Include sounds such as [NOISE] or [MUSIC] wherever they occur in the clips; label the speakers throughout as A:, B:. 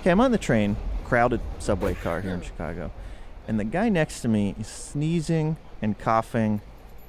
A: Okay, I'm on the train, crowded subway car here in Chicago, and the guy next to me is sneezing and coughing,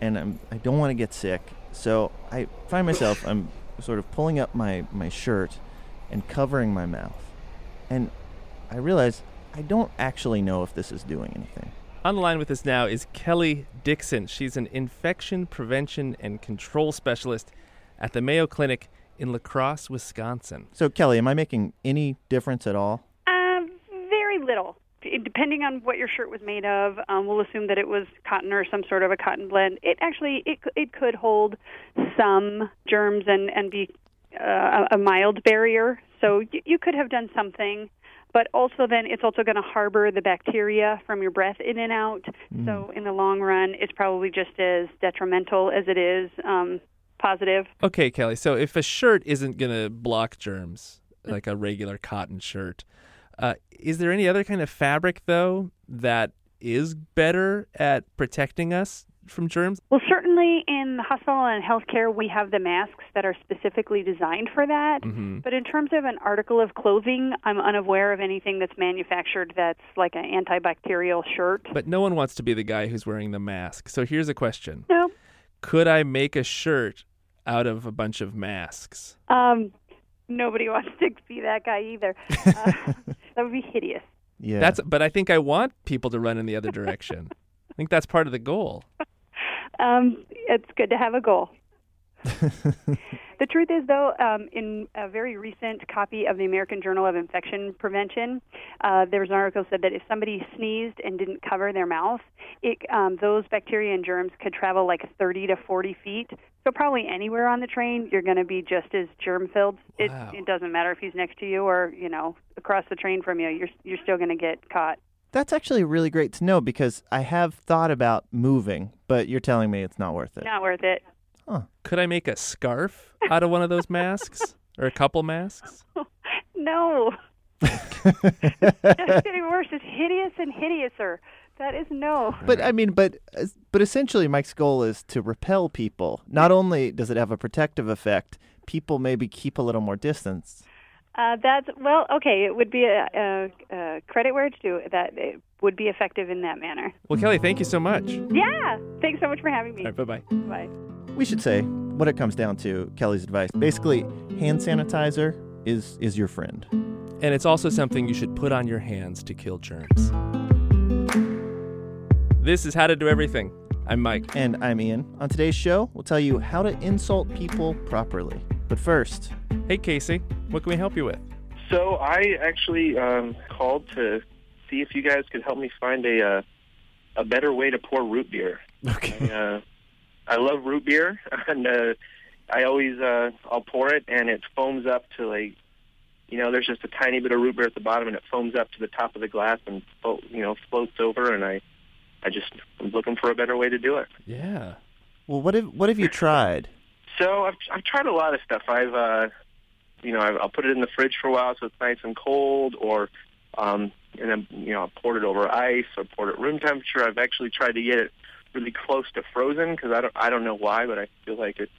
A: and I'm, I don't want to get sick, so I find myself I'm sort of pulling up my my shirt and covering my mouth, and I realize I don't actually know if this is doing anything.
B: On the line with us now is Kelly Dixon. She's an infection prevention and control specialist at the Mayo Clinic in La Crosse, Wisconsin.
A: So Kelly, am I making any difference at all?
C: Um, very little. It- Depending on what your shirt was made of, um, we'll assume that it was cotton or some sort of a cotton blend. It actually it c- it could hold some germs and and be uh, a a mild barrier. So you, you could have done something, but also then it's also going to harbor the bacteria from your breath in and out. So in the long run, it's probably just as detrimental as it is um, positive.
B: Okay, Kelly. So if a shirt isn't going to block germs like a regular cotton shirt, uh, is there any other kind of fabric though that is better at protecting us from germs?
C: Well, certainly in the hospital and healthcare, we have the masks that are specifically designed for that. But in terms of an article of clothing, I'm unaware of anything that's manufactured that's like an antibacterial shirt.
B: But no one wants to be the guy who's wearing the mask. So here's a question:
C: No.
B: Could I make a shirt out of a bunch of masks?
C: Um, nobody [LAUGHS] wants to be that guy either. Uh, [LAUGHS] that would be hideous.
A: Yeah,
B: That's. But I think I want people to run in the other direction. I think that's part of the goal.
C: Um, it's good to have a goal. the truth is, though, um, in a very recent copy of the American Journal of Infection Prevention, uh, there was an article said that if somebody sneezed and didn't cover their mouth, it, um, those bacteria and germs could travel like 30 to 40 feet. So probably anywhere on the train, you're going to be just as germ-filled.
B: Wow.
C: It, it doesn't matter if he's next to you or you know across the train from you. You're you're still going to get caught.
A: That's actually really great to know because I have thought about moving, but you're telling me it's not worth it.
C: Not worth it.
B: Could I make a scarf out of one of those masks or a couple masks?
C: No. [LAUGHS] That's getting worse. It's hideous and hideouser. That is no.
A: But I mean, but uh, but essentially, Mike's goal is to repel people. Not only does it have a protective effect, people maybe keep a little more distance.
C: Uh, that's well, okay. It would be a, a, a credit where it's due that it would be effective in that manner.
B: Well, Kelly, thank you so much. All
C: Yeah. Thanks so much for having me.
B: right, bye bye.
C: Bye.
A: We should say what it comes down to. Kelly's advice, basically, hand sanitizer is is your friend.
B: And it's also something you should put on your hands to kill germs. This is How to Do Everything. I'm Mike.
A: And I'm Ian. On today's show, we'll tell you how to insult people properly. But first,
B: Hey, Casey, what can we help you with?
D: So I actually um, called to see if you guys could help me find a uh, a better way to pour root beer.
B: Okay.
D: I, uh, I love root beer, [LAUGHS] and uh, I always uh, I'll pour it, and it foams up to like you know there's just a tiny bit of root beer at the bottom, and it foams up to the top of the glass and flo- you know floats over, and I I just I'm looking for a better way to do it.
B: Yeah.
A: well, what have what have you tried?
D: So I've I've tried a lot of stuff. I've uh, you know I've, I'll put it in the fridge for a while so it's nice and cold, or um, and then you know I poured it over ice or poured it room temperature. I've actually tried to get it really close to frozen because I don't I don't know why, but I feel like it's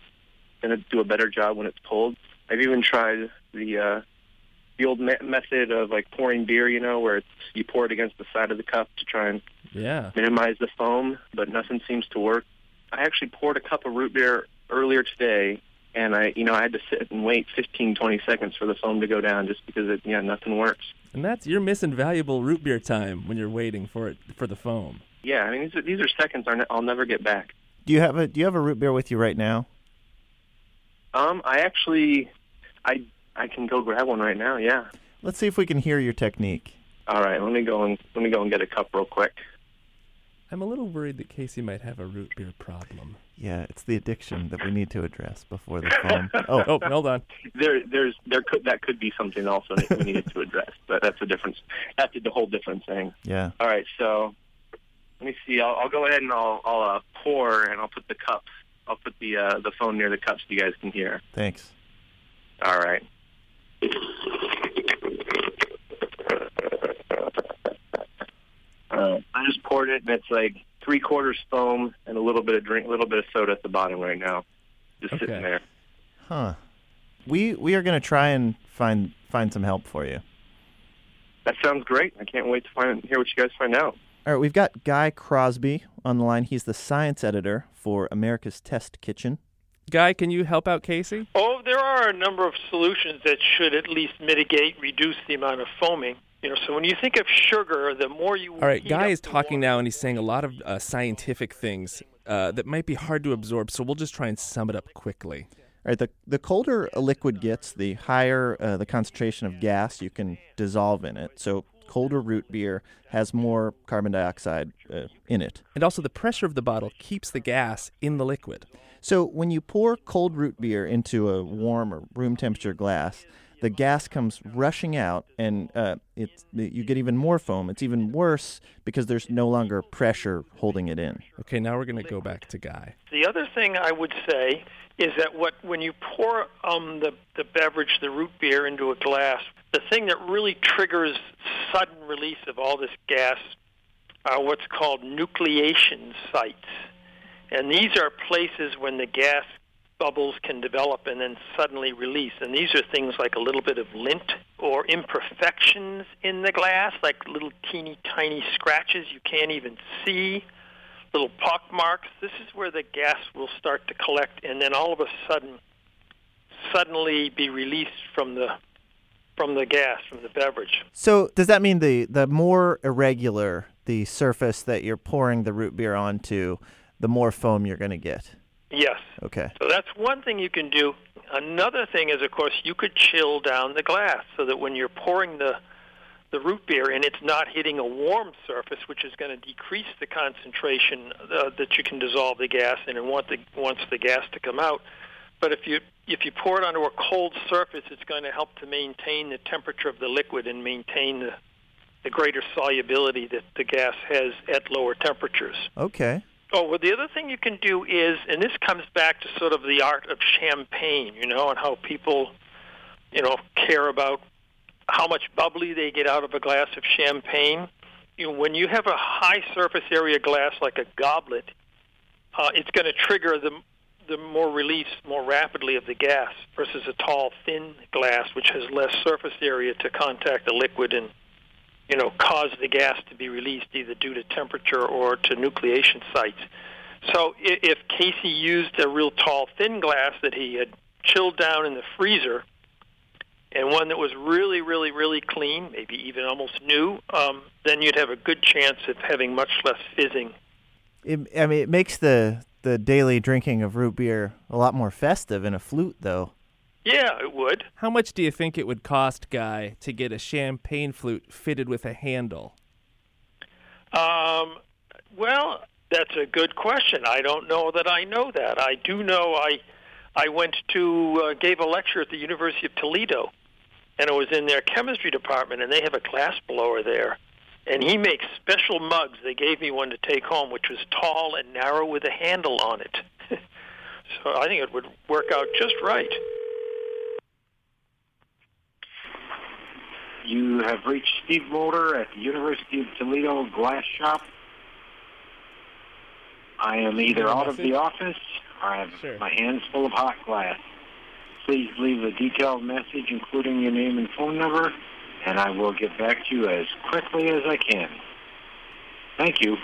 D: gonna do a better job when it's cold. I've even tried the uh, the old me- method of like pouring beer, you know, where it's, you pour it against the side of the cup to try and
B: Yeah.
D: minimize the foam, but nothing seems to work. I actually poured a cup of root beer earlier today, and I, you know, I had to sit and wait 15, 20 seconds for the foam to go down just because it, yeah, nothing works.
B: And that's you're missing valuable root beer time when you're waiting for it for the foam.
D: Yeah, I mean, these are, these are seconds I'll ne- I'll never get back.
A: Do you have a do you have a root beer with you right now?
D: Um, I actually, I, I can go grab one right now. Yeah.
A: Let's see if we can hear your technique.
D: All right, let me go and let me go and get a cup real quick.
B: I'm a little worried that Casey might have a root beer problem.
A: Yeah, it's the addiction that we need to address before the phone. Oh,
B: Oh, hold on.
D: There, there's, there could that could be something also that we needed to address, but that's a difference. That's a whole different thing.
A: yeah.
D: All right, so let me see. I'll, I'll go ahead and I'll, I'll uh, pour and I'll put the cups. I'll put the uh, the phone near the cup so you guys can hear.
A: Thanks.
D: All right. Uh, I just poured it, and it's like three quarters foam and a little bit of drink, a little bit of soda at the bottom right now, just
B: Okay.
D: sitting there.
A: Huh. We we are going to try and find find some help for you.
D: That sounds great. I can't wait to find hear what you guys find out.
A: All right, we've got Guy Crosby on the line. He's the science editor for America's Test Kitchen.
B: Guy, can you help out Casey?
E: Oh, there are a number of solutions that should at least mitigate, reduce the amount of foaming. You know, so when you think of sugar, the more you
B: All right,
E: heat
B: Guy
E: up
B: is
E: the
B: talking
E: water-
B: now, and he's saying a lot of uh, scientific things uh, that might be hard to absorb. So we'll just try and sum it up quickly.
A: All right, the, the colder a liquid gets, the higher uh, the concentration of gas you can dissolve in it. So, colder root beer has more carbon dioxide uh, in it.
B: And also, the pressure of the bottle keeps the gas in the liquid.
A: So, when you pour cold root beer into a warm or room temperature glass, the gas comes rushing out, and uh, it's, you get even more foam. It's even worse because there's no longer pressure holding it in.
B: Okay, now we're going to go back to Guy.
E: The other thing I would say is that what when you pour um, the the beverage, the root beer, into a glass, the thing that really triggers sudden release of all this gas are what's called nucleation sites, and these are places when the gas bubbles can develop and then suddenly release. And these are things like a little bit of lint or imperfections in the glass, like little teeny tiny scratches you can't even see little pock marks. This is where the gas will start to collect, and then all of a sudden, suddenly be released from the from the gas from the beverage.
F: So does that mean the the more irregular the surface that you're pouring the root beer onto, the more foam you're going to get?
E: Yes.
F: Okay.
E: So that's one thing you can do. Another thing is, of course, you could chill down the glass so that when you're pouring the the root beer and it's not hitting a warm surface, which is going to decrease the concentration uh, that you can dissolve the gas in and want the wants the gas to come out. But if you if you pour it onto a cold surface, it's going to help to maintain the temperature of the liquid and maintain the the greater solubility that the gas has at lower temperatures.
F: Okay.
E: Oh, well, the other thing you can do is, and this comes back to sort of the art of champagne, you know, and how people, you know, care about how much bubbly they get out of a glass of champagne. You know, when you have a high surface area glass like a goblet, uh, it's going to trigger the the more release more rapidly of the gas versus a tall, thin glass, which has less surface area to contact the liquid and you know, cause the gas to be released either due to temperature or to nucleation sites. So i- if Casey used a real tall, thin glass that he had chilled down in the freezer, and one that was really, really, really clean, maybe even almost new, um, then you'd have a good chance of having much less fizzing.
F: It, I mean, it makes the the daily drinking of root beer a lot more festive in a flute, though.
E: Yeah, it would.
B: How much do you think it would cost Guy to get a champagne flute fitted with a handle?
E: Um, well, that's a good question. I don't know that I know that. I do know I I went to uh, gave a lecture at the University of Toledo, and it was in their chemistry department, and they have a glass blower there, and he makes special mugs. They gave me one to take home, which was tall and narrow with a handle on it. [LAUGHS] so I think it would work out just right.
G: You have reached Steve Mulder at the University of Toledo Glass Shop. I am either out of the office or I have
B: Sure.
G: my hands full of hot glass. Please leave a detailed message including your name and phone number, and I will get back to you as quickly as I can. Thank you.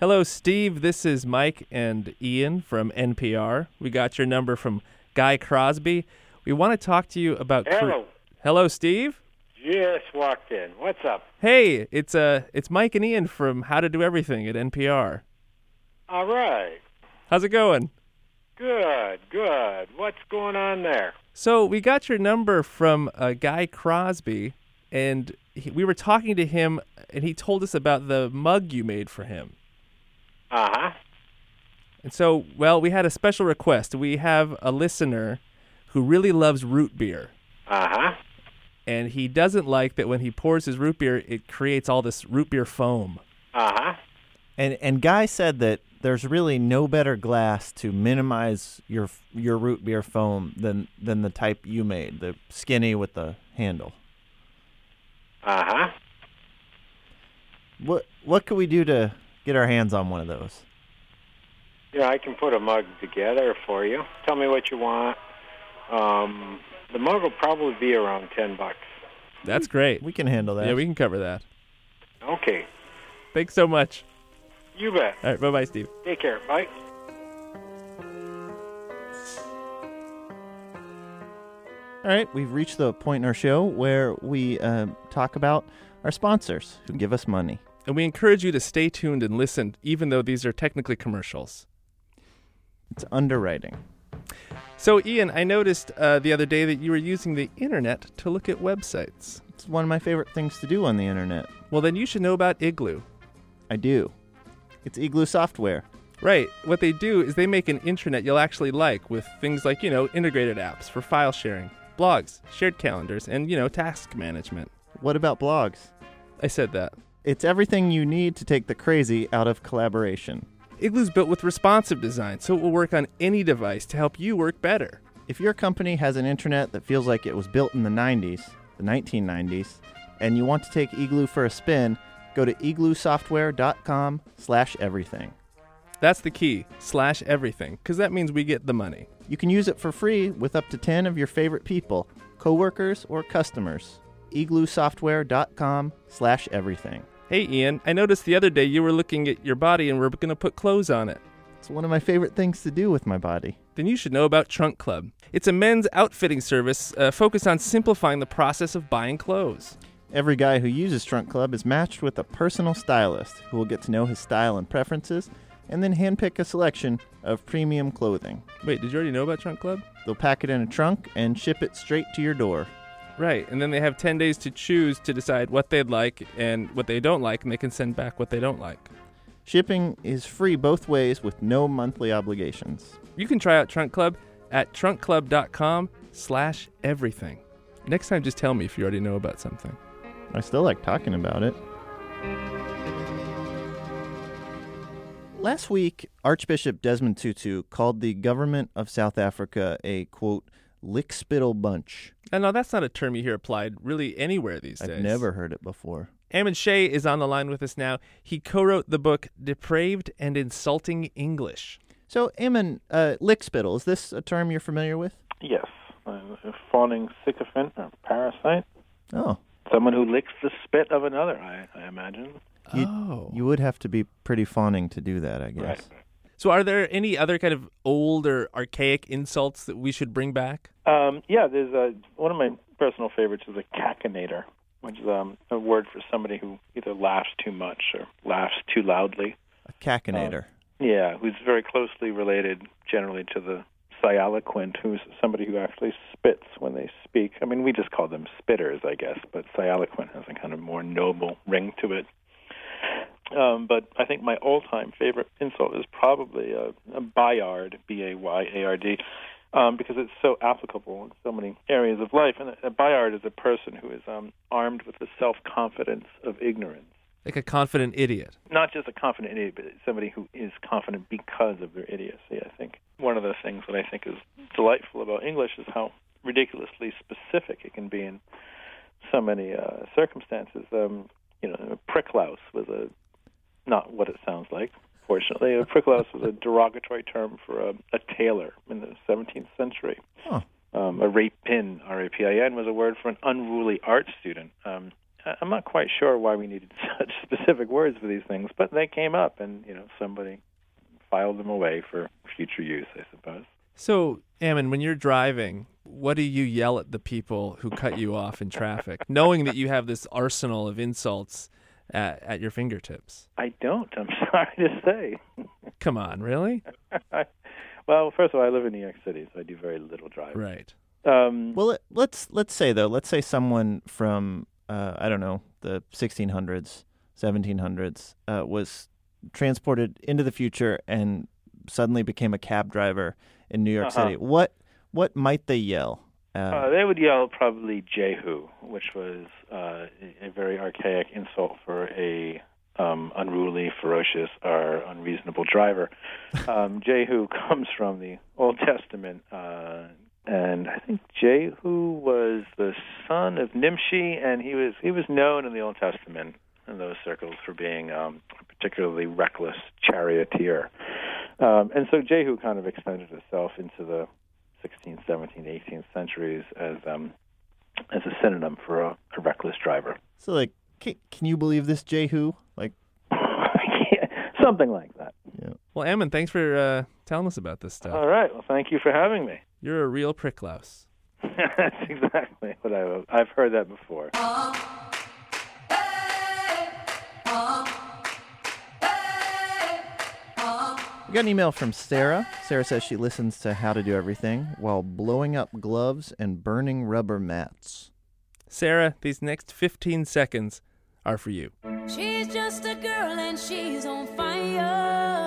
B: Hello, Steve. This is Mike and Ian from NPR. We got your number from Guy Crosby. We want to talk to you about. cru-
H: Hello.
B: Hello, Steve.
H: Just walked in. What's up?
B: Hey, it's uh, it's Mike and Ian from How to Do Everything at NPR.
H: All right.
B: How's it going?
H: Good, good. What's going on there?
B: So we got your number from uh, Guy Crosby, and he, we were talking to him, and he told us about the mug you made for him.
H: Uh huh.
B: And so, well, we had a special request. We have a listener who really loves root beer,
H: Uh huh.
B: and he doesn't like that when he pours his root beer, it creates all this root beer foam.
H: Uh huh.
F: And and Guy said that there's really no better glass to minimize your your root beer foam than than the type you made, the skinny with the handle.
H: Uh huh.
F: What what could we do to get our hands on one of those?
H: Yeah, I can put a mug together for you. Tell me what you want. Um, The mug will probably be around ten bucks.
B: That's great.
F: Hmm. We can handle that.
B: Yeah, we can cover that.
H: Okay.
B: Thanks so much.
H: You bet.
B: All right, bye bye, Steve.
H: Take care. Bye.
A: All right, we've reached the point in our show where we uh,
F: um,
A: talk about our sponsors who give us money.
B: And we encourage you to stay tuned and listen, even though these are technically commercials.
A: It's underwriting.
B: So, Ian, I noticed uh, the other day that you were using the internet to look at websites.
A: It's one of my favorite things to do on the internet.
B: Well, then you should know about Igloo.
A: I do. It's Igloo software.
B: Right. What they do is they make an intranet you'll actually like with things like, you know, integrated apps for file sharing, blogs, shared calendars, and, you know, task management.
A: What about blogs?
B: I said that.
A: It's everything you need to take the crazy out of collaboration.
B: Igloo's built with responsive design, so it will work on any device to help you work better.
A: If your company has an intranet that feels like it was built in the 90s, the 1990s, and you want to take Igloo for a spin, go to igloosoftware.com slash everything.
B: That's the key, slash everything, because that means we get the money.
A: You can use it for free with up to 10 of your favorite people, coworkers or customers. igloosoftware.com slash everything.
B: Hey, Ian, I noticed the other day you were looking at your body and we're going to put clothes on it.
A: It's one of my favorite things to do with my body.
B: Then you should know about Trunk Club. It's a men's outfitting service uh, focused on simplifying the process of buying clothes.
A: Every guy who uses Trunk Club is matched with a personal stylist who will get to know his style and preferences and then handpick a selection of premium clothing.
B: Wait, did you already know about Trunk Club?
A: They'll pack it in a trunk and ship it straight to your door.
B: Right, and then they have 10 days to choose to decide what they'd like and what they don't like, and they can send back what they don't like.
A: Shipping is free both ways with no monthly obligations.
B: You can try out Trunk Club at trunkclub.com slash everything. Next time, just tell me if you already know about something.
A: I still like talking about it. Last week, Archbishop Desmond Tutu called the government of South Africa a quote lickspittle bunch.
B: And no, that's not a term you hear applied really anywhere these days.
A: I've never heard it before.
B: Ammon Shea is on the line with us now. He co-wrote the book "Depraved and Insulting English."
A: So, Ammon, uh, lickspittle is this a term you're familiar with?
I: Yes, a fawning sycophant or parasite,
A: Oh,
I: someone who licks the spit of another. I, I imagine.
A: you,
B: Oh.
A: you would have to be pretty fawning to do that, I guess.
B: So, are there any other kind of old or archaic insults that we should bring back?
I: Um, yeah, there's a one of my personal favorites is a cacinator, which is um, a word for somebody who either laughs too much or laughs too loudly.
A: A cacinator.
I: Yeah, who's very closely related generally to the sialoquent, who's somebody who actually spits when they speak. I mean, we just call them spitters, I guess, but sialoquent has a kind of more noble ring to it. Um, but I think my all-time favorite insult is probably a, a Bayard, B-A-Y-A-R-D, um, because it's so applicable in so many areas of life. And a, a Bayard is a person who is um, armed with the self-confidence of ignorance
B: Like a confident idiot.
I: not just a confident idiot, but somebody who is confident because of their idiocy, I think. One of the things that I think is delightful about English is how ridiculously specific it can be in so many uh, circumstances. Um, you know, a pricklouse was a not what it sounds like. Fortunately, a pricklouse was a derogatory term for a, a tailor in the 17th century.
A: Huh.
I: Um, a rapin, R-A-P-I-N, was a word for an unruly art student. Um, I- I'm not quite sure why we needed [LAUGHS] such specific words for these things, but they came up, and you know somebody filed them away for future use, I suppose.
B: So, Ammon, when you're driving, what do you yell at the people who cut you off in
I: [LAUGHS]
B: traffic, knowing that you have this arsenal of insults at, at your fingertips?
I: I don't. I'm [LAUGHS] sorry to say.
B: Come on, really?
I: well, first of all, I live in New York City, so I do very little driving.
B: Right.
I: Um,
A: Well, let- let's let's say though, let's say someone from uh, I don't know the 1600s, 1700s uh, was transported into the future and suddenly became a cab driver in New York
I: Uh-huh.
A: City. What what might they yell? Uh,
I: Uh, they would yell probably Jehu, which was uh, a a very archaic insult for a um, unruly, ferocious, or unreasonable driver.
A: [LAUGHS]
I: Um, Jehu [LAUGHS] comes from the Old Testament, uh, and I think Jehu was the son of Nimshi, and he was he was known in the Old Testament in those circles for being um, a particularly reckless charioteer. Um, and so Jehu kind of extended itself into the 16th, 17th, 18th centuries as um, as a synonym for a, a reckless driver. [LAUGHS]
F: So like, can, can you believe this Jehu? Like,
I: Something like that.
B: Well, Ammon, thanks for uh, telling us about this stuff.
I: All right. Well, thank you for having me.
B: You're a real pricklouse.
I: That's [LAUGHS] exactly what I, I've heard that before.
A: We got an email from Sarah. Sarah says she listens to How to Do Everything while blowing up gloves and burning rubber mats.
B: Sarah, these next 15 seconds are for you.
J: She's just a girl and she's on fire.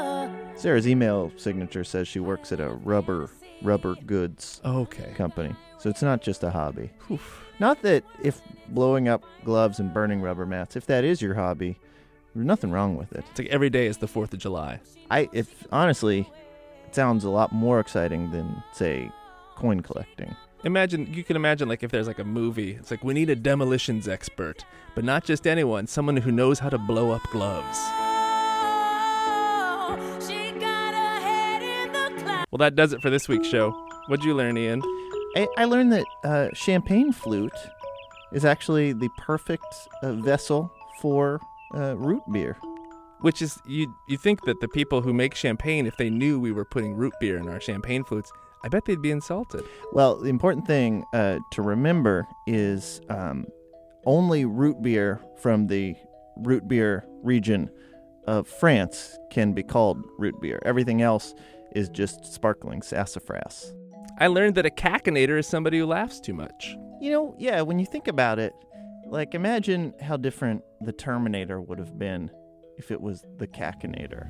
A: Sarah's email signature says she works at a rubber rubber goods
B: Okay.
A: company. So it's not just a hobby. Not that if blowing up gloves and burning rubber mats, if that is your hobby, there's nothing wrong with it.
B: It's like every day is the 4th of July.
A: I if honestly, it sounds a lot more exciting than say coin collecting.
B: Imagine, you can imagine, like, if there's like a movie, it's like, we need a demolitions expert, but not just anyone, someone who knows how to blow up gloves.
J: Oh, She got her head in the clouds.
B: Well, that does it for this week's show. What'd you learn, Ian?
A: I, I learned that uh, champagne flute is actually the perfect uh, vessel for uh, root beer.
B: Which is, you you think that the people who make champagne, if they knew we were putting root beer in our champagne flutes, I bet they'd be insulted.
A: Well, the important thing uh, to remember is um, only root beer from the root beer region of France can be called root beer. Everything else is just sparkling sassafras.
B: I learned that a cackinator is somebody who laughs too much.
A: You know, yeah, when you think about it, like imagine how different the Terminator would have been if it was the Cackinator.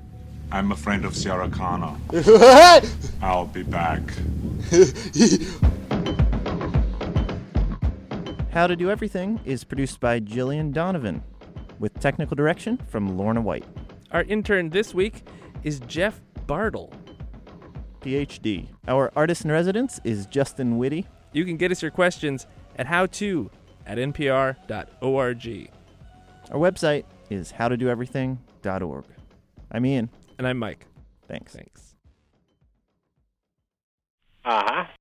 K: I'm a friend of Sarah Connor. I'll be back.
A: How to Do Everything is produced by Jillian Donovan with technical direction from Lorna White,
B: Our intern this week is Jeff Bartle.
A: PhD. Our artist in residence is Justin Whitty.
B: You can get us your questions at howto at npr.org.
A: Our website is howtodoeverything.org. I'm Ian.
B: And I'm Mike.
A: Thanks.
B: Thanks.
H: Uh huh.